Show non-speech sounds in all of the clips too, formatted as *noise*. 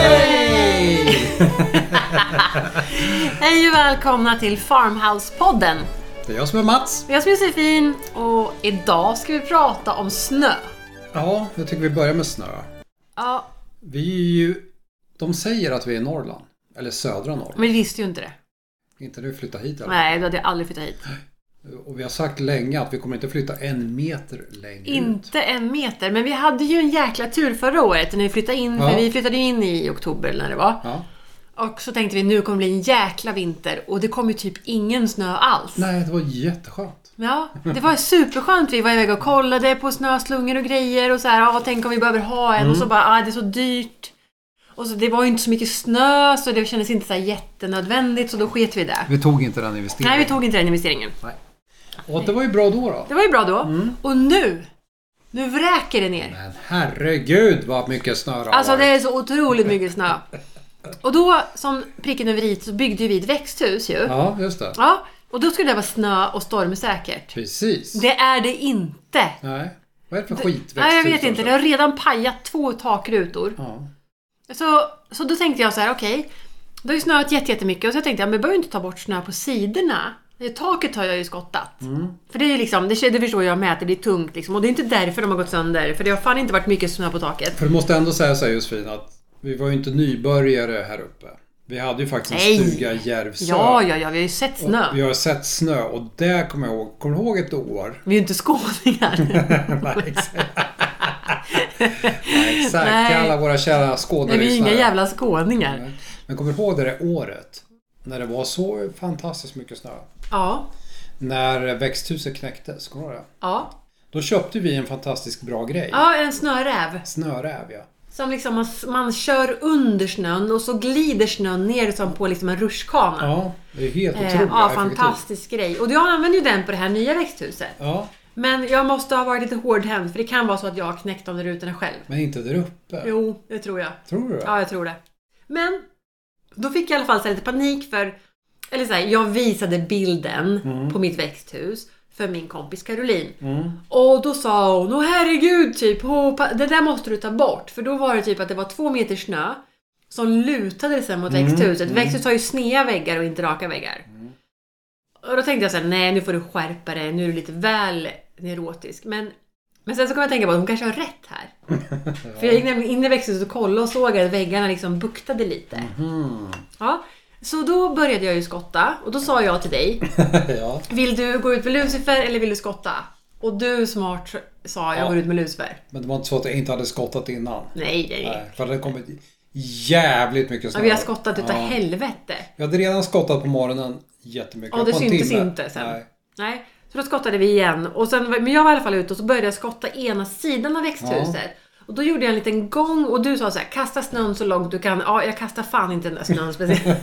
Hej! Hej och välkomna till Farmhouse-podden. Det är jag som är Mats. Jag som är Josefin och idag ska vi prata om snö. Ja, jag tycker vi börjar med snö. Ja, Vi är ju... De säger att vi är i Norrland. Eller södra Norrland. men vi visste ju inte det. Inte du flyttar hit eller? Nej, då hade jag aldrig flyttat hit. Och vi har sagt länge att vi kommer inte flytta en meter längre ut. Inte en meter. Men vi hade ju en jäkla tur förra året när vi flyttade in. Ja. För vi flyttade ju in i oktober eller när det var. Ja. Och så tänkte vi nu kommer det bli en jäkla vinter och det kom ju typ ingen snö alls. Nej, det var jätteskönt. Ja, det var superskönt. Vi var iväg och kollade på snöslungor och grejer och så här, ah, tänk om vi behöver ha en. Och så bara, ah, det är så dyrt. Och så, det var ju inte så mycket snö så det kändes inte så här jättenödvändigt så då sket vi i det. Vi tog inte den investeringen. Nej, vi tog inte den investeringen. Och det var ju bra då då. Det var ju bra då. Och nu, nu vräker det ner. Men herregud vad mycket snö det har Alltså det varit. är så otroligt mycket snö. Och då, som pricken över i så byggde ju vi ett växthus ju. Ja, just det. Ja, och då skulle det vara snö och stormsäkert. Precis. Det är det inte. Nej. Vad är det för skitväxthus? Nej, jag vet inte. Det alltså? har redan pajat två takrutor. Ja. Så, så då tänkte jag så här, okej. det har ju snöat jätte- jättemycket och så tänkte jag, men jag behöver ju inte ta bort snö på sidorna. Det Taket har jag ju skottat. Mm. För det är ju liksom, det, det förstår jag med att det blir tungt liksom. Och det är inte därför de har gått sönder. För det har fan inte varit mycket snö på taket. För du måste ändå säga så här Josefin att vi var ju inte nybörjare här uppe. Vi hade ju faktiskt en Nej. stuga i Järvsö. Ja, ja, ja, vi har ju sett Och snö. Vi har sett snö och där kommer jag ihåg, kommer du ihåg ett år? *laughs* Vi är ju inte skåningar. Nej, exakt. Nej, exakt. Nej. Till alla våra kära Nej, vi är ju inga skådelyssnare. jävla skåningar. Men kommer du ihåg det där året? När det var så fantastiskt mycket snö. Ja, När växthuset knäcktes, kommer du ihåg det? ja. Då köpte vi en fantastisk bra grej. Ja, en snöräv. Snöräv ja. Som liksom man, man kör under snön och så glider snön ner som på liksom en rutschkana. Ja, det är helt otroligt. Eh, ja, effektivt. fantastisk grej. Och jag använder ju den på det här nya växthuset. Ja, Men jag måste ha varit lite hårdhänt för det kan vara så att jag har knäckt de där rutorna själv. men inte där uppe. Jo, det tror jag. Tror du det? Ja, jag tror det. Men då fick jag i alla fall så här lite panik för... Eller så här, jag visade bilden på mitt växthus för min kompis Caroline. Och då sa hon, åh herregud, typ, åh, pa- det där måste du ta bort. För då var det typ att det var två meter snö som lutade sig mot växthuset. Växthuset har ju sneda väggar och inte raka väggar. Och då tänkte jag så här, nej nu får du skärpa dig, nu är du lite väl neurotisk. Men, men sen så kom jag att tänka på att hon kanske har rätt här. För jag gick nämligen in i växthuset och kollade och såg att väggarna liksom buktade lite. Mhm. Ja, så då började jag ju skotta och då sa jag till dig, *laughs* ja. vill du gå ut med Lucifer eller vill du skotta? Och du smart sa, jag Ja. går ut med Lucifer. Men det var inte så att jag inte hade skottat innan. Nej, nej, nej. Nej, för det hade kommit jävligt mycket Ja, snö. vi har skottat utav Ja. helvete. Jag hade redan skottat på morgonen jättemycket. Ja, det På en syntes timme. inte sen. Nej. Nej, så då skottade vi igen. Och sen, men jag var i alla fall ute och så började jag skotta ena sidan av växthuset. Och då gjorde jag en liten gång och du sa så här, kasta snön så långt du kan. Ja, jag kastar fan inte den där snön speciellt.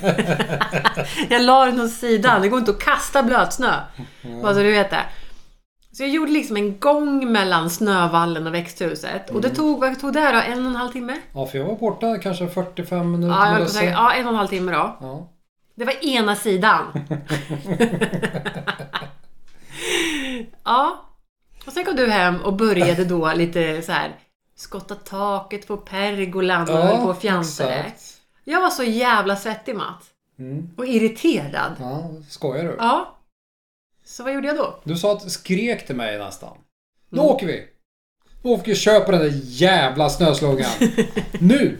jag la den åt sidan. Det går inte att kasta blötsnö. Bara så du vet det. Så jag gjorde liksom en gång mellan snövallen och växthuset. Och det tog, vad tog det här då? En och en halv timme? Ja, för jag var borta kanske 45 minuter. Ja, jag höll på eller att så. säga- ja, en och en halv timme då. Ja. Det var ena sidan. *laughs* ja. Och sen kom du hem och började då lite så här skotta taket på pergolan och höll på och fjantade. exakt. Jag var så jävla svettig Mats. Mm. Och irriterad. Ja, skojar du? Ja. Så vad gjorde jag *laughs* då? Du sa att skrek till mig nästan. Nu Mm. åker vi! Nu åker vi och köper den där jävla *laughs* snöslungan. nu!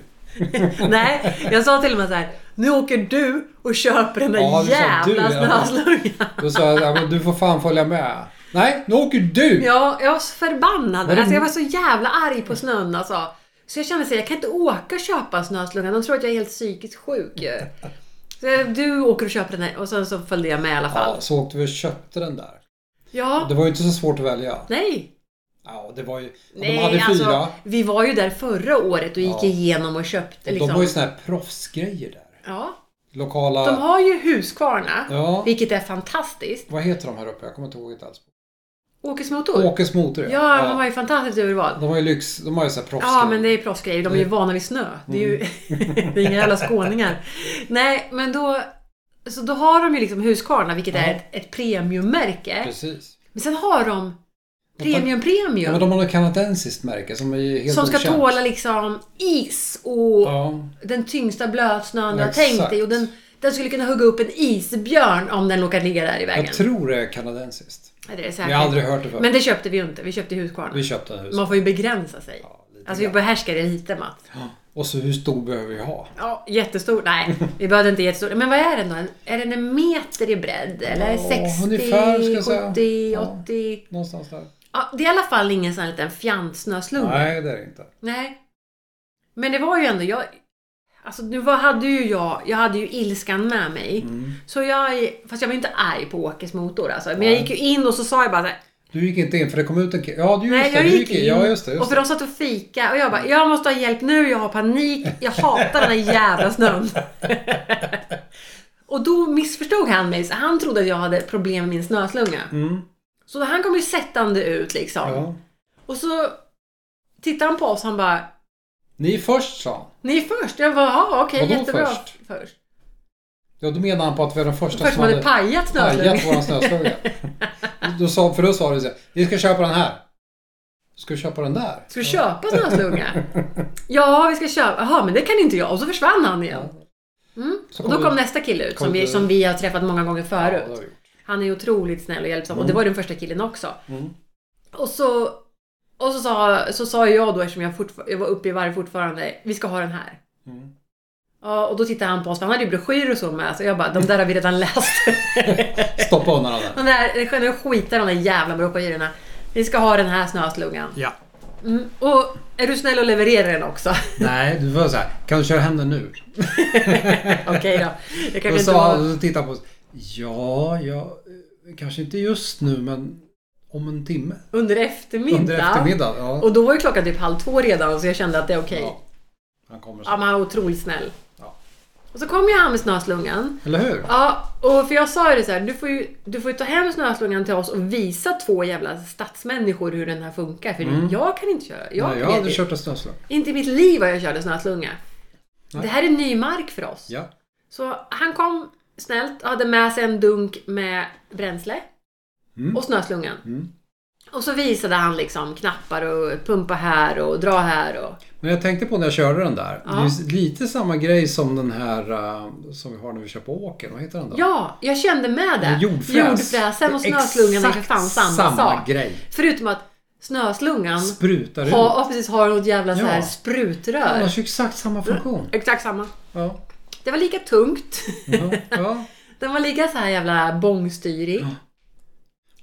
Nej, jag sa till och med så här. Nu åker du och köper den där Ja, du sa du, jävla ja. snöslungan. Då sa jag, ja, men du får fan följa med. Nej, nu åker du! Ja, jag var så förbannad. Typ. Var det- Alltså, jag var så jävla arg på snön alltså. Så jag kände att jag kan inte åka och köpa snöslungan. De tror att jag är helt psykiskt sjuk ju. Så jag, du åker och köper den här och sen så följde jag med i alla fall. Ja, så åkte vi och köpte den där. Ja. Det var ju inte så svårt att välja. Nej. Ja, det var ju... de hade Nej, fyra. alltså. Vi var ju där förra året och gick Ja. igenom och köpte De har ju liksom. såna här proffsgrejer där. Ja. Lokala... De har ju Husqvarna. Ja. Vilket är fantastiskt. Vad heter de här uppe? Jag kommer inte ihåg det alls. Åkes motor. Åkes motor ja, ja. de har ju fantastiskt urval. De har ju lyx... De har ju så här proffsgrejer. Ja, men det är Mm. *laughs* proffsgrejer. De är ju vana vid snö. Det är ju det är inga jävla skåningar. Nej, men då Så då har de ju liksom Husqvarna, vilket Ja. är ett, ett premiummärke. Precis. Men sen har de premium Ja, premium. men de har något kanadensiskt märke som är helt som ska okänt. tåla liksom is och Ja, den tyngsta blötsnön du har Exakt. tänkt dig. Och den, den skulle kunna hugga upp en isbjörn om den råkar ligga där i vägen. jag tror det är kanadensiskt. Ja, det är Vi säkert. har aldrig hört det förut. Men det köpte vi ju inte. Vi köpte Husqvarna. Vi köpte en hus. Man får ju begränsa sig. Ja, lite Alltså vi grann. behärskar det lite Mats. Och så hur stor behöver vi ha? Ja, jättestor. Nej, vi behövde inte jättestor. Men vad är den då? En- Är den en meter i bredd? Eller Ja, 60, ungefär, ska jag säga. 70, Ja. 80? Någonstans där. Ja, det är i alla fall ingen sån här liten fjantsnöslunga. Nej. Nej, det är det inte. Men det var ju ändå, jag... Alltså nu var, hade ju jag, jag hade ju ilskan med mig. Mm. Så jag, fast jag var inte arg på Åkes motor alltså. Men jag Nej. gick ju in och så sa jag bara så här, Du gick inte in för det kom ut en kille. Ja, du, just Nej, det, jag du gick in. Ja, just det. och Just för det. de satt och fika och jag bara, jag måste ha hjälp nu, jag har panik, jag hatar den här jävla snön. *laughs* och då missförstod han mig, så han trodde att jag hade problem med min snöslunga. Mm, Så han kom ju sättande ut liksom. ja. Och så tittade han på oss, han bara, Ni först sa han. ni är först. Jag bara, jaha okej, Vadå jättebra. först? först. Ja, då menar han på att vi var den första Först som man hade hade pajat snöslungan. pajat våran *laughs* snöslunga. då sa, för då sa du så här, vi ska köpa den här. Ska vi köpa den där? Ska du köpa *laughs* snöslunga? ja, vi ska köpa. Jaha, men det kan inte jag. Och så försvann han igen. Mm. Så och då kom kom det- nästa kille ut kom som vi, det- som vi har träffat många gånger Ja, förut. det har vi gjort. Han är otroligt snäll och hjälpsam och det var ju den första killen också. Mm. Och så, och så, sa, så sa jag då, eftersom jag, fortfar- jag var uppe i varv fortfarande, vi ska ha den här. Mm. Ja, och då tittade han på oss, för han hade ju broschyrer och så med. Så jag bara, de där har vi redan läst. *laughs* Stoppa undan den där. de där, nu skitar de där jävla broschyrerna. Vi ska ha den här snöslungan. Ja. Mm, och är du snäll och levererar den också? *laughs* Nej, du var så här, kan du köra hem den nu? Okej då. Jag kanske Och inte så, var... och så tittade han på oss. Ja, ja, eh, kanske inte just nu, men om en timme. Under eftermiddag. Under eftermiddagen. Ja. Och då var ju klockan typ halv två redan så jag kände att det är okej. Ja. Han kommer Ja, så. men han var otroligt snäll. Ja. Och så kom ju han med snöslungan. Eller hur? Ja, och för jag sa ju det så här, du får ju, du får ju ta hem snöslungan till oss och visa två jävla stadsmänniskor hur den här funkar. För jag kan inte köra. Jag, Mm. Nej, jag vet har aldrig inte. kört en snöslunga. Inte i mitt liv har jag kört en snöslunga. Nej. Det här är ny mark för oss. Ja. Så han kom snällt och hade med sig en dunk med bränsle Mm. och snöslungan. Mm. Och så visade han liksom knappar och pumpa här och dra här och... Men jag tänkte på när jag körde den där. Ja. Det är lite samma grej som den här eh, som vi har när vi kör på åkern. Vad heter den då? Ja, jag kände med det. Med Jordfräs. Jordfräsen och Det är snöslungan är för exakt fan samma, sak. grej. Förutom att snöslungan Sprutar ut. har, ja, precis, har något jävla så här Ja. sprutrör. Annars är det exakt samma funktion. Exakt samma. Ja. Det var lika *laughs* tungt. Ja. ja. Den var lika så här jävla bångstyrig. Ja,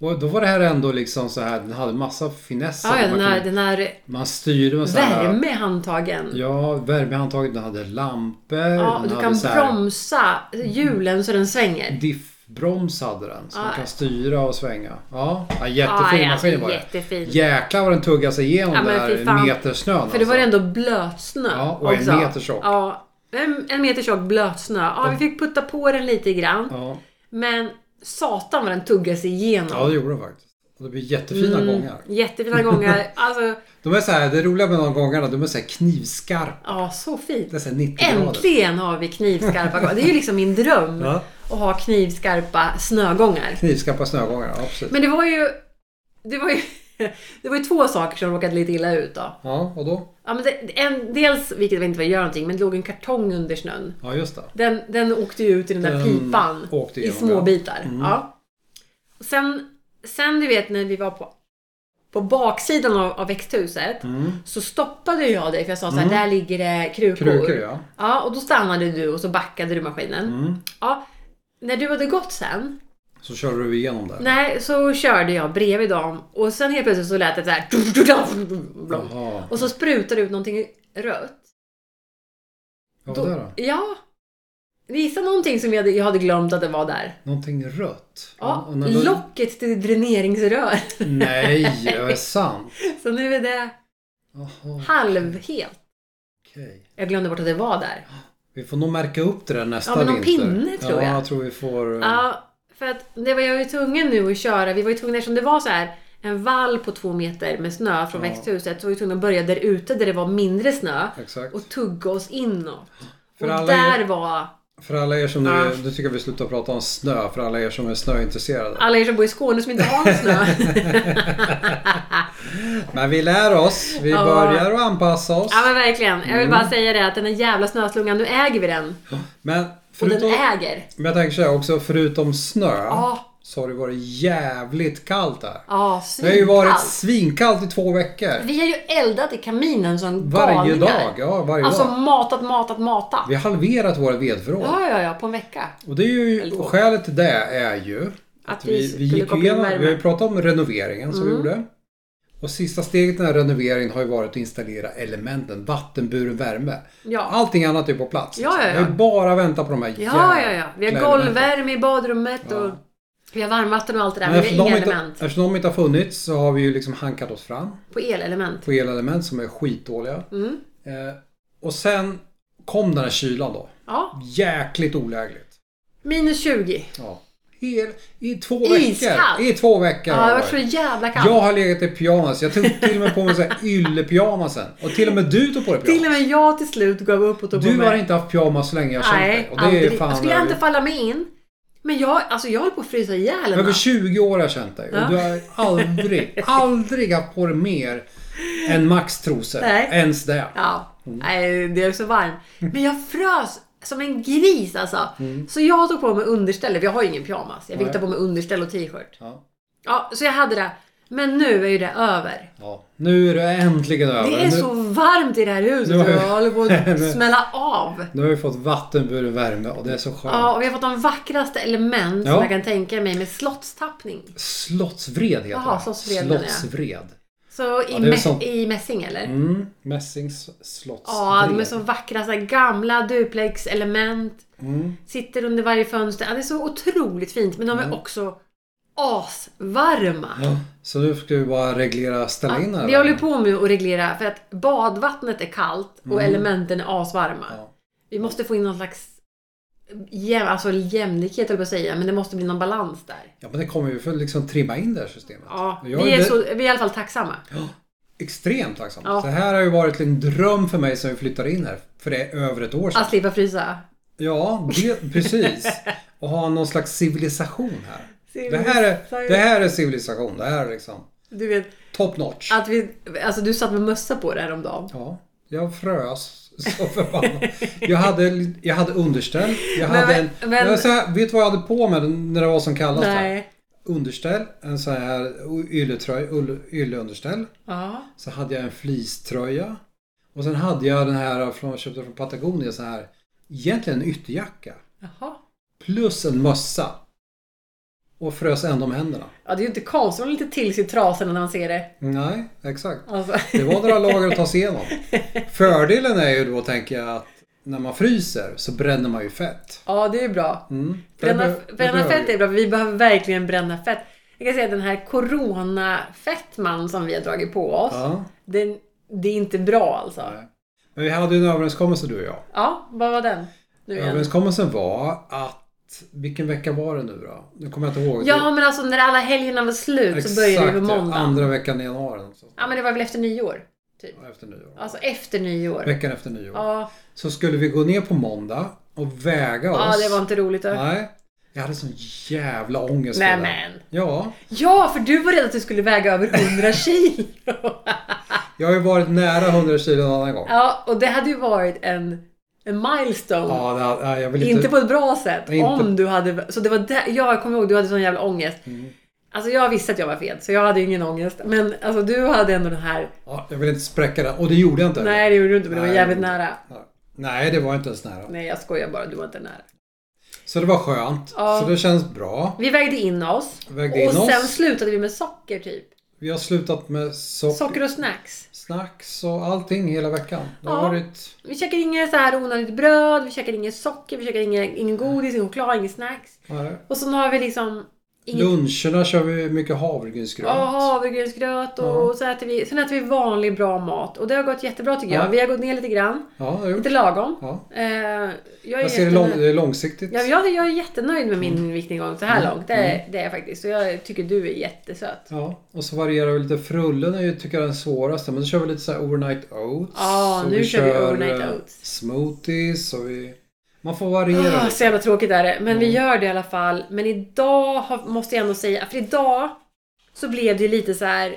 Och då var det här ändå liksom så här. Den hade massa finesser. ja, man, den, här, kunde- den här man styrde med så här. värme i handtagen. Ja, värmehandtaget. Den hade lampor. Ja, den du hade kan så här, bromsa hjulen så den svänger. Diffbroms hade den. Så Ja. man kan styra och svänga. Ja, ja Ja, jättefin ja, maskin var det. jättefin. Jäklar vad den tuggade sig igenom Ja, men där fy fan. metersnön. För det var alltså. ändå blötsnö Ja, och en också. meter tjock. Ja, en, en meter tjock blötsnö. Ja, vi fick putta på den lite grann. Ja. Men satan vad den tuggade sig igenom. ja, det gjorde den faktiskt. Och det blir jättefina Mm. gångar. Jättefina gånger. Alltså, De är så här, det roliga med de gångarna, de är så här knivskarpa. ja så fint. Det är så här 90 grader. Äntligen har vi knivskarpa gånger. Det är ju liksom min dröm. Ja. Att ha knivskarpa snögångar. Knivskarpa snögångar, ja precis. Men det var ju... Det var ju, *laughs* det var ju två saker som råkade lite illa ut då. Ja, och då? Ja, men det, en, dels, vilket vi inte vill göra någonting, men det låg en kartong under snön. Ja, just det. Den, den åkte ju ut i den där Den pipan åkte i igenom, små ja. Mm. bitar. Ja. Och sen, sen du vet när vi var på, på baksidan av, av växthuset Mm. så stoppade jag dig för jag sa så här, där ligger det krukor. Krukor, ja. Ja, och då stannade du och så backade du maskinen. Mm. Ja, när du hade gått sen, Så körde du igenom där. nej, så körde jag bredvid dem och sen helt plötsligt så lät det så här. Jaha. Och så sprutade det ut någonting rött. Vad var det då? Ja. Gissa någonting som jag hade, jag hade glömt att det var där. Någonting rött? Ja, Och när du- locket till dräneringsrör. *laughs* Nej, det är sant. Så nu är det Jaha, halvhelt. okej. Jag glömde bort att det var där. Vi får nog märka upp det där nästa Ja, med någon vinter. pinne, tror Ja, jag. jag tror vi får... eh, Ja, för att det var jag ju tvungen nu att köra. Vi var ju tvungna, eftersom det var så här en vall på två meter med snö från Ja. växthuset så var vi tvungna att börja där ute där det var mindre snö Exakt. och tugga oss inåt. För och alla där er- var För alla er som nu, Ja. nu tycker jag vi slutar prata om snö. För alla er som är snöintresserade. Alla er som bor i Skåne som inte har *laughs* någon snö. Men vi lär oss. Vi Ja. börjar att anpassa oss. ja men verkligen. Jag vill Mm. bara säga det att den här jävla snöslungan, nu äger vi den. Men, Och den förutom, äger. men jag tänker så här också. Förutom snö. Ja. Alltså, Så har det varit jävligt kallt här. Ja, Det har ju varit svinkallt. svinkallt i två veckor. Vi har ju eldat i kaminen som Varje galningar. dag. Ja, varje Alltså dag. matat, matat, matat. Vi har halverat våra vedförråd. Ja, ja, ja, på en vecka. Och det är ju, Eller två. och skälet till det är ju att vi, vi skulle gick koppla in Mm. igenom, värme. vi har ju pratat om renoveringen som vi gjorde. Och sista steget i den här renoveringen har ju varit att installera elementen, vattenburen värme. Ja. Allting annat är på plats. liksom. Ja, ja, ja. Vi har ju bara väntat på de här Ja, ja, ja. Vi har jäkla elementen. golvvärme i badrummet och vi har varmvatten och allt det där. Men vi har de inga inte, element. eftersom de inte har funnits så har vi ju liksom hankat oss fram På elelement. på elelement som är skitdåliga. Mm. Eh, och sen kom den här kylan då. Ja. Jäkligt olägligt. Minus 20. Ja. Hel, I två Iskallt. veckor. I två veckor. Ja, har det det var varit. så jävla kallt. Jag har legat i pyjamas. Jag tog till och med på mig så här yllepyjamasen. Och till och med du tog på dig Till och pyjamas. med jag till slut gav upp och tog på Du mig. har inte haft pyjamas så länge jag har känt dig. Nej, Och det är aldrig. Alltså, ju fan Jag skulle inte över, falla mig in. Men jag, alltså jag höll på att frysa ihjäl en över natt. 20 år har jag känt dig. Ja. Och du har aldrig, aldrig haft på dig mer än max trosor. Nej. Ens det. Ja, Mm. nej, det är så varmt. Men jag frös som en gris alltså. Så jag tog på mig underställ. Jag har ju ingen pyjamas. Jag fick Mm. Nej. ta på mig underställ och t-shirt. Ja. Ja, så jag hade det. Men nu är ju det över. Ja. Nu är det äntligen över. Det är nu, så varmt i det här huset Nu har och jag jag- håller på *laughs* att smälla av. nu har vi fått vattenburen värme och det är så skönt. Ja, och vi har fått de vackraste element som Ja. jag kan tänka mig med slottstappning. Slottsvred heter Jaha, det. Slottsvred menar jag. Slottsvred. Så i, Ja, det är mä- sånt- i mässing eller? Mm. Mässings slottsvred. Ja, de är så vackra. Så här gamla duplexelement. Mm. Sitter under varje fönster. Ja, det är så otroligt fint. Men de är också asvarma. Ja, så nu ska vi bara reglera, ställa in den här vi håller värmen. på med att reglera för att badvattnet är kallt och elementen är asvarma. Mm. Ja. Vi måste få in någon slags jäm, alltså jämlikhet höll jag på att säga, men det måste bli någon balans där. Ja, men det kommer ju för att liksom trimma in det här systemet. Ja, jag vi, är det- så, vi är i alla fall tacksamma. extremt tacksam. Ja. Det här har ju varit en dröm för mig sedan vi flyttade in här. För det är över ett år sedan. Att slippa frysa. Ja, det, *laughs* precis. Och ha någon slags civilisation här. Det här är, det här är civilisation. Det här är liksom Du vet, top notch. att vi, alltså du satt med mössa på det här om dagen. Ja, jag frös så förbannat. Jag hade, li- jag hade underställ. Jag Men- hade en, men- jag så här, vet du vad jag hade på mig när det var som kallast? här? Nej. Underställ, en sån här ylletröja, ull- ylleunderställ. Ja. Så hade jag en fleecetröja. Och sen hade jag den här från, jag köpte från Patagonia så här. Egentligen en ytterjacka. Jaha. Plus en mössa. Och frös ändå om händerna. Ja, det är ju inte konstigt. Man är lite till sig i trasorna när man ser det. Nej, exakt. Alltså. *laughs* Det var några lager att ta sig igenom. Fördelen är ju då, tänker jag, att när man fryser så bränner man ju fett. Ja, det är ju bra. Mm. För Bränna, det be- det bränna behöver fett vi. är bra, för vi behöver verkligen bränna fett. Jag kan säga att den här coronafettman som vi har dragit på oss, Ja. den, det är inte bra alltså. Nej. Men vi hade ju en överenskommelse du och jag. Ja, vad var den? Nu igen. Överenskommelsen var att, vilken vecka var det nu då? Nu kommer jag inte ihåg. Ja, men alltså när alla helgerna var slut så började det på ja. måndag. andra veckan i januari. Så. Ja, men det var väl efter nyår. Typ. Efter nyår. Alltså efter nyår. Veckan efter nyår. Ja, Så skulle vi gå ner på måndag och väga oss. ja det var inte roligt. Då. Nej. Jag hade sån jävla ångest för Nej, det. men. Ja. Ja, för du var rädd att du skulle väga över 100 kilo. Jag har ju varit nära 100 kilo en annan gång. Ja, och det hade ju varit en, en milestone. Ja, det, ja, jag vill inte... Inte på ett bra sätt. Inte- Om du hade... Så det var där, ja, jag kommer ihåg, du hade sån jävla ångest. Mm. Alltså jag visste att jag var fet, så jag hade ju ingen ångest. Men alltså du hade ändå den här... Ja, jag vill inte spräcka den. Och det gjorde jag inte. Nej, det gjorde du inte, men det var Nej, jävligt det- nära. Nej, det var inte ens nära. Nej, jag skojar bara. Du var inte nära. Så det var skönt. Ja. Så det känns bra. Vi vägde in oss. Vägde in och oss. sen slutade vi med socker, typ. Vi har slutat med socker, Socker och snacks. snacks och allting hela veckan. Det har Ja. varit... Vi käkar inget så här onödigt bröd, vi käkar inget socker, vi käkar ingen, ingen Mm. godis, ingen choklad, ingen snacks. Nej. Och sen har vi liksom... Inget Luncherna kör vi mycket havregrynsgröt. Ja, havregrynsgröt och så äter vi, sen äter vi vanlig bra mat. Och det har gått jättebra tycker jag. Ja. Vi har gått ner lite grann. Ja, det har jag gjort. Lite lagom. Ja. Eh, jag är, Jag ser det, lång, det jättenöjd. är långsiktigt. Ja, jag, jag är jättenöjd med min viktnedgång så här Mm. långt. Det, är- det är jag faktiskt. Så jag tycker du är jättesöt. Ja, och så varierar vi lite. Frullen är ju, tycker jag den svåraste. Men då kör vi lite så här overnight oats. Ja, och nu kör vi overnight eh, oats. Smoothies och vi Man får variera Ah, lite. så jävla tråkigt är det. Men vi Mm. gör det i alla fall. Men idag har, måste jag ändå säga, för idag så blev det ju lite så här.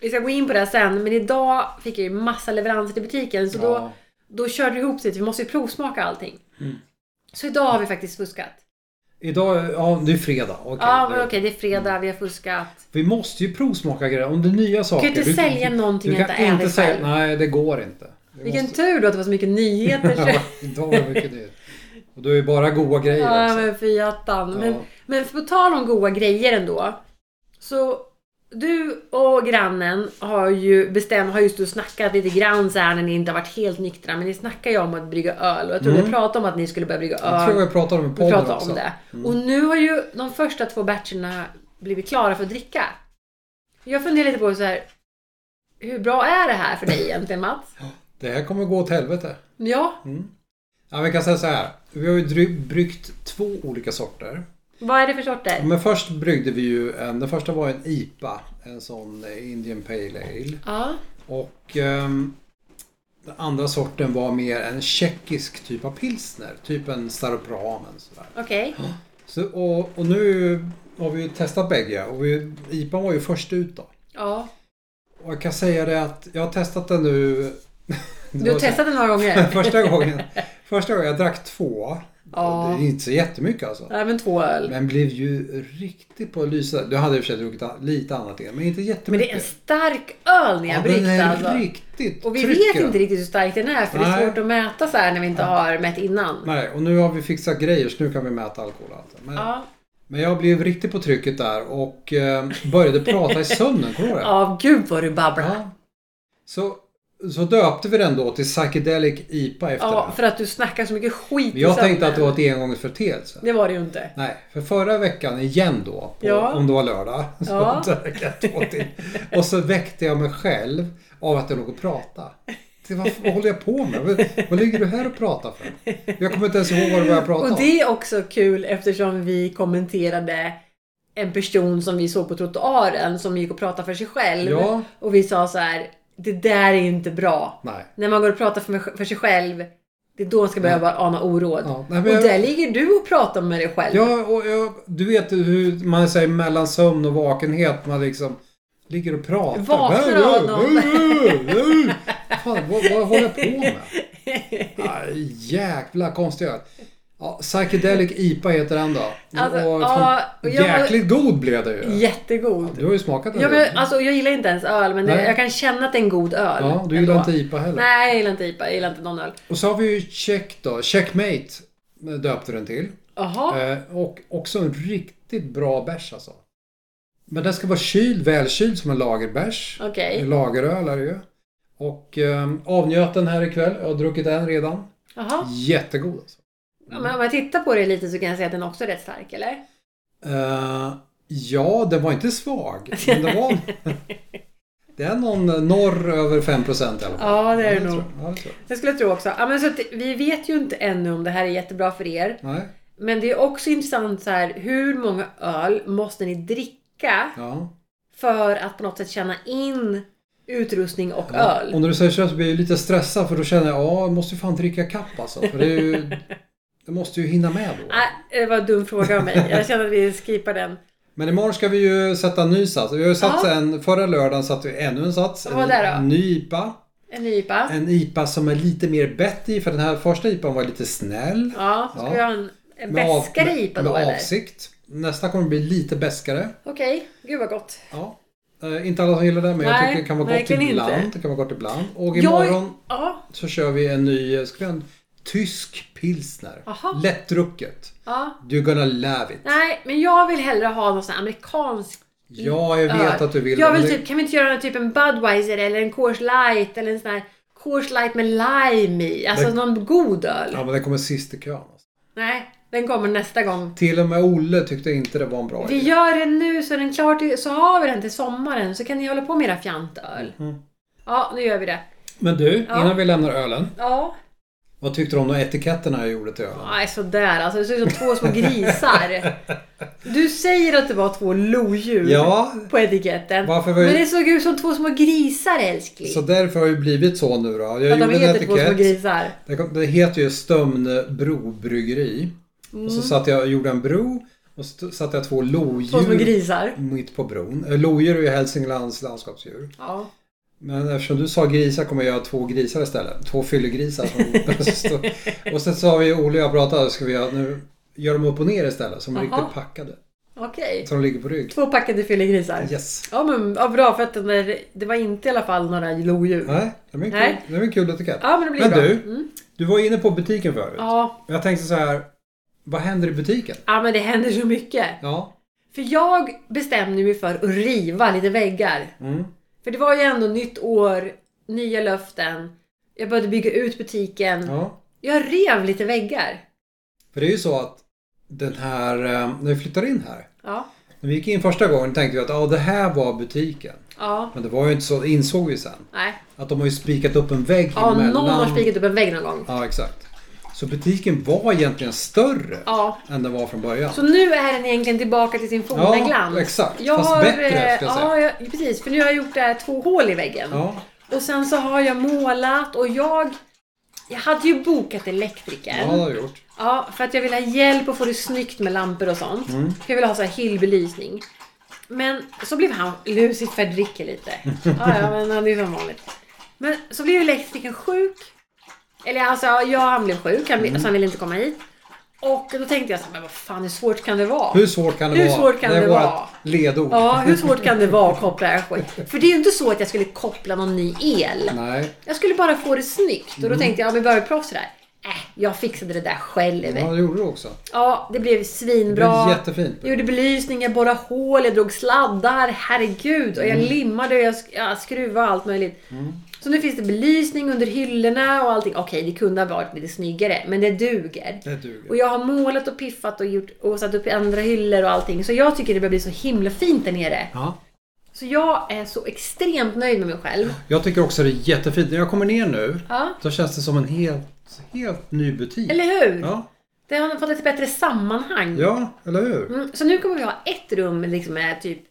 Vi ska gå in på det här sen, men idag fick jag ju massa leveranser till butiken. Så då, Ja. då körde vi ihop det. Vi måste ju provsmaka allting. Mm. Så idag har vi faktiskt fuskat. Idag, ja det är fredag. Okej. Ja, men Det- Ah, okej, det är fredag, vi har fuskat. Vi måste ju provsmaka grejer. Om det är nya saker. inte sälja någonting du jag kan inte äter sälja- själv. Nej, det går inte. Vi Vilken måste- tur då att det var så *laughs* mycket nyheter. *laughs* så- Idag var det mycket nytt. Och då är det bara goda grejer Ja, också. men fy attan. Men, Ja. men på tal om goda grejer ändå. Så du och grannen har ju bestämt, har just du snackat lite grann så här när ni inte har varit helt nyktra. Men ni snackar ju om att brygga öl och jag tror vi pratade om att ni skulle börja brygga öl. Mm. Jag tror jag pratade om i vi podden pratade också. Mm. om det. Och nu har ju de första två batcherna blivit klara för att dricka. Jag funderar lite på så här. Hur bra är det här för dig egentligen Mats? *laughs* Det här kommer gå åt helvete. Ja, Ja, vi kan säga så här. Vi har ju dry- bryggt två olika sorter. vad är det för sorter? Men först bryggde vi ju en, den första var en IPA, en sån eh, Indian Pale Ale. Ja, Och ehm, den andra sorten var mer en tjeckisk typ av pilsner, typ en Staropramen. Sådär. okej. Så, och, och nu har vi ju testat bägge och vi, IPA var ju först ut då. Ja. Och jag kan säga det att jag har testat den nu. *laughs* Du har testat det några gånger. första gången. Första gången jag drack två. Ja. Det är inte så jättemycket alltså. Nej men två öl. Men blev ju riktigt på att lysa. Du hade i och för sig druckit lite annat igen, men inte Men jättemycket. det är en stark öl ni har ja, den bryggt är alltså. riktigt Och vi trycker vet den. inte riktigt hur stark den är för det Nej. är svårt att mäta så här när vi inte har mätt innan. Nej, och nu har vi fixat grejer så nu kan vi mäta alkoholhalten. Men, Ja, men jag blev riktigt på trycket där och eh, började prata i sömnen, kommer du ihåg det? ja gud vad du babblar. Ja. Så, så döpte vi den då till Psychedelic IPA efter Ja, det. för att du snackar så mycket skit Men i jag sömnen. tänkte att det var ett engångsförteelse. Det var det ju inte. Nej, för förra veckan igen då, på, Ja. om det var lördag, så Ja. *laughs* drack jag två till. Och så väckte jag mig själv av att jag låg och pratade. Det, vad, vad håller jag på med? Vad, vad ligger du här och pratar för? Jag kommer inte ens ihåg vad det var jag pratade Och om. det är också kul eftersom vi kommenterade en person som vi såg på trottoaren som gick och pratade för sig själv. Ja. Och vi sa så här, det där är inte bra. Nej. När man går och pratar för, för sig själv, det är då man ska börja ana oråd. Ja, nej, men och jag- där ligger du och pratar med dig själv. Ja, och jag, du vet hur man säger mellan sömn och vakenhet. Man liksom ligger och pratar. Vaknar av dem. Fan, vad, vad håller jag på med? Ah, jävla konstigt. Ja, Psychedelic IPA heter den då. Alltså, och, ja, fan, och jag var- jäkligt god blev det ju. Jättegod. Du har ju smakat den. Ja, nu. men, alltså, jag gillar inte ens öl, men det, Nej. jag kan känna att det är en god öl. ja, du gillar ändå. inte IPA heller. Nej, jag gillar inte IPA. Jag gillar inte någon öl. Och så har vi ju Check då. Checkmate döpte den till. Jaha. Eh, Och också en riktigt bra bärs alltså. Men den ska vara kyld, välkyld som en lagerbärs. Okej. En Lageröl är det ju. Och eh, avnjöt den här ikväll. Jag har druckit en redan. Jaha. Jättegod alltså. Ja, men om jag tittar på det lite så kan jag säga att den också är rätt stark, eller? Eh, ja, den var inte svag. Men det *laughs* var... det är någon norr över 5% i alla fall. Ja, det är det tror nog. jag. Ja, det tror Det skulle jag tro också. Ja, men så att, vi vet ju inte ännu om det här är jättebra för er. jag. Nej. Men det är också intressant så här, hur många öl måste ni dricka Ja. för att på något sätt känna in utrustning och öl? Och när du säger så här så blir jag lite stressad för då känner jag ja, jag måste ju fan dricka kapp alltså. För det är ju... *laughs* Jag måste ju hinna med då. Nej, Äh, det var en dum fråga av mig. Jag känner att vi skippar den. Men imorgon ska vi ju sätta en ny sats. Vi har ju satt Ja. en, förra lördagen satte vi ännu en sats. Vad var det då? En ny IPA. En ny IPA. En IPA som är lite mer bett i för den här första IPAn var lite snäll. Ja, så ska Ja. vi ha en, en Med av- bäskare IPA med, då med eller? avsikt. Nästa kommer bli lite bäskare. Okej, gud vad gott. Ja. Eh, inte alla som gillar det men jag Nej, tycker det kan vara gott verkligen ibland. inte. Det kan vara gott ibland. Och imorgon Jag, ja, så kör vi en ny eh, skulle jag säga, en tysk pilsner. Aha. Lättdrucket. ja. You're gonna love it. Nej, men jag vill hellre ha någon sån här amerikansk Ja, jag vet öl. att du vill Jag men vill det- typ, kan vi inte göra typ en Budweiser eller en Coors Light eller en sån här Coors Light med lime i. Alltså Nej. någon god öl. Ja, men den kommer sist i kön. Alltså. Nej, den kommer nästa gång. Till och med Olle tyckte inte det var en bra Vi idé. gör den nu så är den klar till, så har vi den till sommaren så kan ni hålla på med Mm. era fjantöl. Ja, nu gör vi det. Men du, Ja. innan vi lämnar ölen Ja, Vad tyckte du om de etiketterna jag gjorde till ölen? Nej, sådär alltså. Det ser ut som två små *laughs* grisar. Du säger att det var två lodjur Ja, på etiketten. Varför var det- Men det såg ut som två små grisar älskling. så därför har det ju blivit så nu då. Jag För att gjorde de en heter två små etikett. grisar. Det kom- Det heter ju Stömnebro bryggeri. Och så satt jag och gjorde en bro och så satte jag två Mm. Två små lodjur grisar. mitt på bron. Eh, Lodjur är ju Hälsinglands landskapsdjur. Ja. Men eftersom du sa grisar kommer jag göra två grisar istället. Två fyllegrisar. *laughs* Som... och sen sa vi, Olle och jag pratade, ska vi göra, nu gör dem upp och ner istället. Som är Jaha. riktigt packade. Okej. Så de ligger på rygg. Två packade fyllegrisar. Yes. Ja men ja, bra för att den där, det var inte i alla fall några lodjur. Nej, det var en kul, Nej. det var en kul etikett. Ja men det blir Men bra. du? Mm. Du var inne på butiken förut. Ja. Jag tänkte så här, vad händer i butiken? ja men det händer så mycket. Ja. För jag bestämde mig för att riva lite väggar. Mm. För det var ju ändå nytt år, nya löften. Jag började bygga ut butiken. ja. Jag rev lite väggar. För det är ju så att den här, eh, när vi flyttade in här. Ja. När vi gick in första gången tänkte vi att ja, det här var butiken. Ja. Men det var ju inte så, det insåg vi sen. Nej. Att de har ju spikat upp en vägg Ja, emellan. någon har spikat upp en vägg någon gång. Ja, exakt. Så butiken var egentligen större Ja. än den var från början. Så nu är den egentligen tillbaka till sin forna Ja, glans. exakt. Fast bättre, ska jag eh, säga. Ja, jag, precis. För nu har jag gjort eh, två hål i väggen. Ja, Och sen så har jag målat och jag... Jag hade ju bokat ja, elektriker. det har jag gjort. Ja, för att jag vill ha hjälp och få det snyggt med lampor och sånt. Mm. För jag vill ha så här hillbelysning. Men så blev han Lucifer dricker lite. *laughs* Ja, ja, men det är som vanligt. Men så blev elektrikern sjuk. Eller alltså, ja, han blev sjuk. Han, Mm. Så han ville inte komma hit. Och då tänkte jag så här, men vad fan, hur svårt kan det vara? Hur svårt kan det Hur vara? svårt kan det är det vårt vara? ledord. Ja, hur svårt kan det vara att koppla det här skit? För det är ju inte så att jag skulle koppla någon ny el. Nej, Jag skulle bara få det snyggt. Mm. Och då tänkte jag, ja, men vi behöver proffs där. Äh, jag fixade det där själv. ja, det gjorde du också. Ja, det blev Det svinbra. blev jättefint. Jag gjorde belysning, jag borrade hål, jag drog sladdar. Herregud. Och jag Mm. limmade och jag, sk- jag skruvade och allt möjligt. Så nu finns det belysning under hyllorna och allting. Okej, det kunde ha varit lite snyggare, men det duger. Det duger. Och jag har målat och piffat och, gjort, och satt upp i andra hyllor och allting. Så jag tycker det börjar bli så himla fint där nere. Ja. Så jag är så extremt nöjd med mig själv. Jag tycker också det är jättefint. När jag kommer ner nu Ja. så känns det som en helt, helt ny butik. Eller hur? Ja, Det har fått ett bättre sammanhang. ja eller hur? Mm, så nu kommer vi ha ett rum liksom, med typ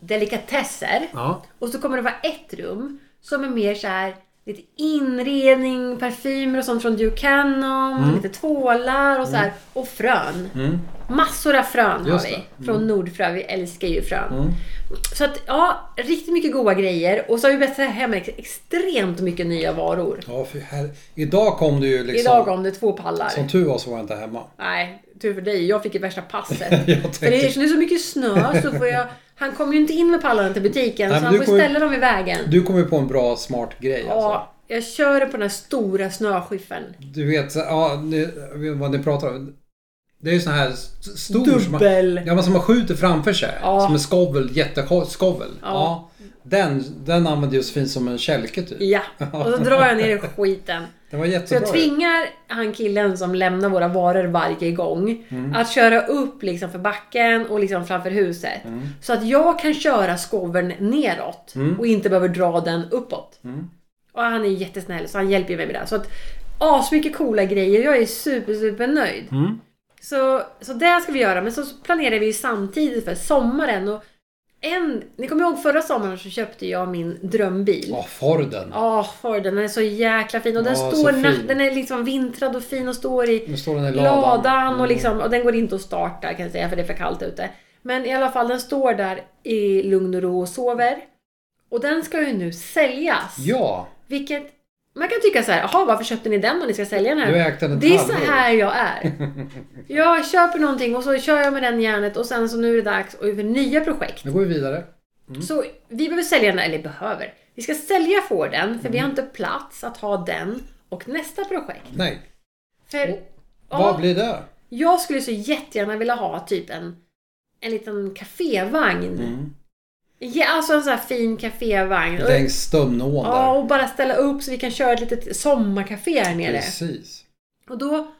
delikatesser. Ja. Och så kommer det vara ett rum som är mer så här lite inredning, parfymer och sånt från Duke Cannon, lite tvålar och så här. Och frön. Mm. Massor av frön har Just vi. det. Från Nordfrö. Vi älskar ju frön. Mm. Så att, ja, riktigt mycket goda grejer. Och så har vi beställt hem ex- extremt mycket nya varor. ja för här... Idag kom du ju liksom... Idag om det två pallar. Som tur var så var jag inte hemma. Nej, tur för dig. Jag fick ju värsta passet. *laughs* Jag För det är tänkte, så- det är så mycket snö så får jag... Han kommer ju inte in med pallarna till butiken Nej, så men han du får kommer- ställa dem i vägen. du kom ju på en bra smart grej alltså. Ja, jag kör på den här stora snöskiffern. Du vet, ja, ni, jag vet vad ni pratar om. Det är ju sån här s- stor som man, Dubbel. ja, men som man skjuter framför sig. Ja. Som en skovel, jätteskovel. Ja. Ja. Den, den använde Josefin som en kälke typ. Ja, och så drar jag ner i skiten. Den var Så jag jättebra. ju. tvingar han killen som lämnar våra varor varje gång Mm. att köra upp liksom för backen och liksom framför huset. Mm. Så att jag kan köra skoveln neråt och inte behöver dra den uppåt. Mm. Och han är jättesnäll så han hjälper ju mig med det. Så att asmycket coola grejer. Jag är super, super nöjd. Mm. Så, så det ska vi göra. Men så planerar vi ju samtidigt för sommaren. Och en, ni kommer ihåg förra sommaren så köpte jag min drömbil. Ja, Forden. Ja, för den är så jäkla fin. Och den, Ja, så står na- fin. den är liksom vintrad och fin och står i Nu står den i ladan. Mm. ladan. och, liksom, och den går inte att starta kan jag säga för det är för kallt ute. Men i alla fall, den står där i lugn och ro och sover. Och den ska ju nu säljas. Ja, Vilket man kan tycka så här, jaha varför köpte ni den om ni ska sälja den här? du ägde den ett Det är så halvår. här jag *laughs* är. Jag köper någonting och så kör jag med den järnet och sen så nu är det dags och för nya projekt. Nu går vi vidare. Mm. Så vi behöver sälja den, eller behöver. Vi ska sälja Forden för vi Mm. har inte plats att ha den och nästa projekt. Nej, För ja, vad blir det? jag skulle så jättegärna vilja ha typ en, en liten kafévagn. Mm. Ja, alltså en sån här fin kafévagn. Och- Längs Stumnån Ja, där. och bara ställa upp så vi kan köra ett litet sommarkafé här nere. Precis. Och då,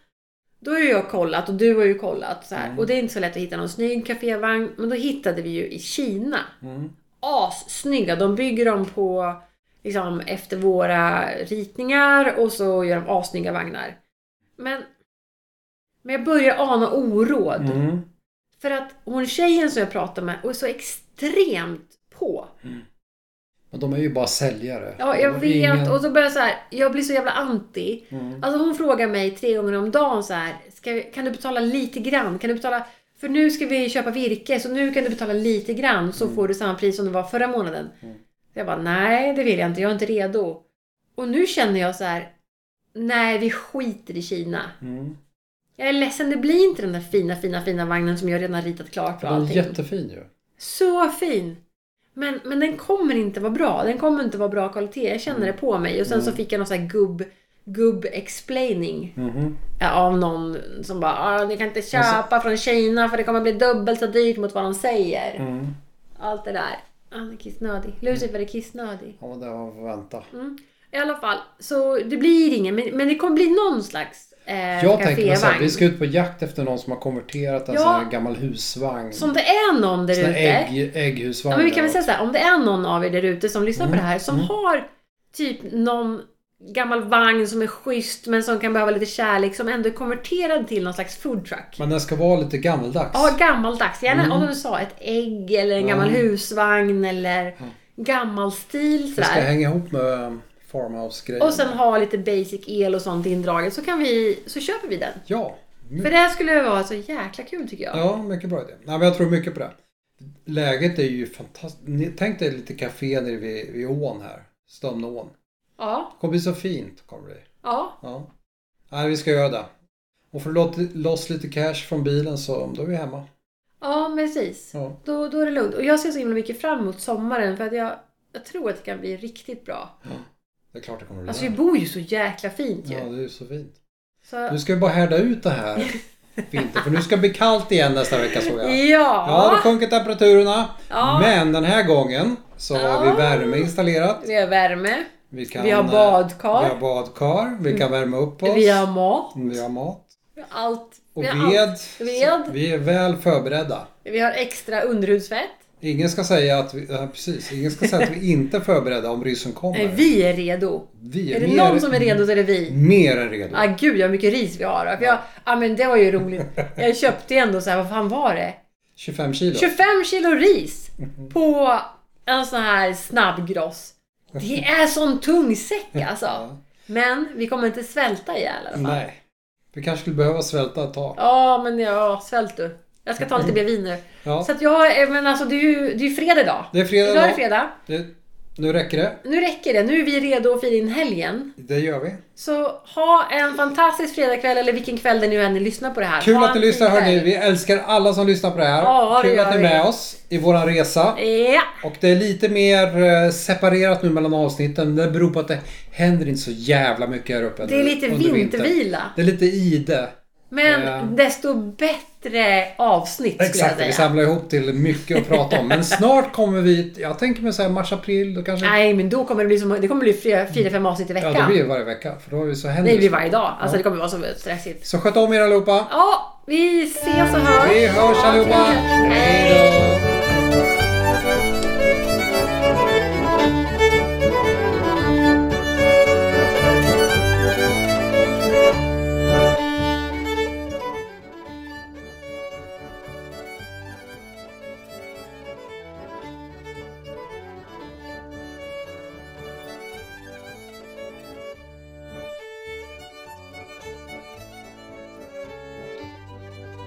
då har ju jag kollat och du har ju kollat. Så här. Mm. Och det är inte så lätt att hitta någon snygg kafévagn. Men då hittade vi ju i Kina. Mm. Assnygga. De bygger dem på liksom, efter våra ritningar och så gör de assnygga vagnar. Men, men jag börjar ana oråd. Mm. För att hon tjejen som jag pratar med och är så extremt på. Men de är ju bara säljare. Ja, jag De har vet. ingen- Och så börjar jag så här, jag blir så jävla anti. Mm. Alltså hon frågar mig tre gånger om dagen så här, ska, kan du betala lite grann? Kan du betala, för nu ska vi köpa virke, så nu kan du betala lite grann så får du samma pris som det var förra månaden. Mm. Jag bara, nej det vill jag inte, jag är inte redo. Och nu känner jag så här, nej vi skiter i Kina. Mm. Jag är ledsen, det blir inte den där fina, fina, fina vagnen som jag redan ritat klart på Den är allting. jättefin ju. Så fin! Men, men den kommer inte vara bra. Den kommer inte vara bra kvalitet. Jag Mm. känner det på mig. Och sen så fick jag någon sån här gubb, gubb-explaining Mhm. eh, av någon som bara ah, ni kan inte köpa från Kina för det kommer bli dubbelt så dyrt mot vad de säger. Mm. Allt det där. Han är kissnödig. Lucifer är kissnödig. Ja, men det var vänta. Mm. I alla fall, så det blir ingen. Men, men det kommer bli någon slags eh, Jag tänker mig så här, kafévagn. vi ska ut på jakt efter någon som har konverterat en Ja. sån här gammal husvagn. Så om det är någon där sån ute. här ägg, ägghusvagn. Ja, men vi kan där. väl säga så här, om det är någon av er där ute som lyssnar Mm. på det här som har typ någon gammal vagn som är schysst men som kan behöva lite kärlek som ändå är konverterad till någon slags foodtruck. Men den ska vara lite gammeldags. Ja, gammaldags. Gärna om du sa ett ägg eller en gammal Mm. husvagn eller gammal stil det ska sådär. hänga ihop med um, farmhouse-grejen. Och sen ha lite basic el och sånt indraget så kan vi, så köper vi den. Ja, my- För det här skulle vara så jäkla kul tycker jag. ja, mycket bra idé. Nej, men jag tror mycket på det. Läget är ju fantastiskt. Tänk dig lite café nere vid, vid ån här. Stumnaån. Ja, Det kommer bli så fint. Kommer det. bli. ja. Ja. Nej, vi ska göra det. Och för att låta loss lite cash från bilen så då är vi hemma. Ja, precis. Ja. Då, då är det lugnt. Och jag ser så himla mycket fram emot sommaren för att jag, jag tror att det kan bli riktigt bra. Det är klart det kommer bli Alltså det. vi bor ju så jäkla fint ju. Ja, det är ju så fint. Nu Så, ska vi bara härda ut det *laughs* här vintern. För nu ska det bli kallt igen nästa vecka såg jag. Ja, då ja, sjunker temperaturerna. Ja. Men den här gången så har vi Ja. värme installerat. vi har värme, Vi, kan, Vi har eh, badkar. Mm. Vi har badkar. Vi kan värma upp oss. vi har mat, Vi har mat. vi har allt. Och vi, har ved. allt. ved. Vi är väl förberedda. Vi har extra underhudsfett. Ingen ska säga att vi, ja, precis. Ingen ska säga att vi inte är förberedda om ryssen kommer. Nej, Eh, vi är redo. Vi Mm. Är det mer- någon som är redo så är det vi. Mer än redo. Ah, gud, jag mycket ris vi har. För jag, ah, men det var ju *laughs* roligt. Jag köpte ju ändå så här, vad fan var det? 25 kilo. 25 kilo ris Mm. på en sån här snabbgross. Det är sån tung säck alltså. Ja. Men vi kommer inte svälta ihjäl i alla fall. Nej. Vi kanske skulle behöva svälta ett tag. Ja, men ja, svält du. Jag ska ta lite mer vin nu. Ja. Så att jag, eh, men alltså det är ju, det är ju fredag idag. Det är fredag Idag är det idag. fredag. Det, nu räcker det. Nu räcker det. Nu är vi redo att fira in helgen. Det gör vi. Så ha en fantastisk fredagkväll eller vilken kväll det nu är ni lyssnar på det här. Kul ha att ni en fin lyssnar hörni. kväll. Vi älskar alla som lyssnar på det här. Ja, det Kul gör att ni är vi. med oss i våran resa. Ja, Och det är lite mer eh, separerat nu mellan avsnitten. Det beror på att det händer inte så jävla mycket här uppe. det är nu lite under vintern. vintervila. Det är lite ide. Men Ja. desto bättre avsnitt skulle Exakt, vi jag säga. samlar ihop till mycket att prata om. Men snart kommer vi, jag tänker mig såhär mars-april, då kanske... Nej, men då kommer det bli som, det kommer bli fyra, fyra fem avsnitt i ja, veckan. det blir ju varje vecka. För då är vi så händer Nej, det blir så. varje dag. Alltså det kommer vara så stressigt. Så sköt om er allihopa. Ja, vi ses och hörs. Vi hörs allihopa. Hej då.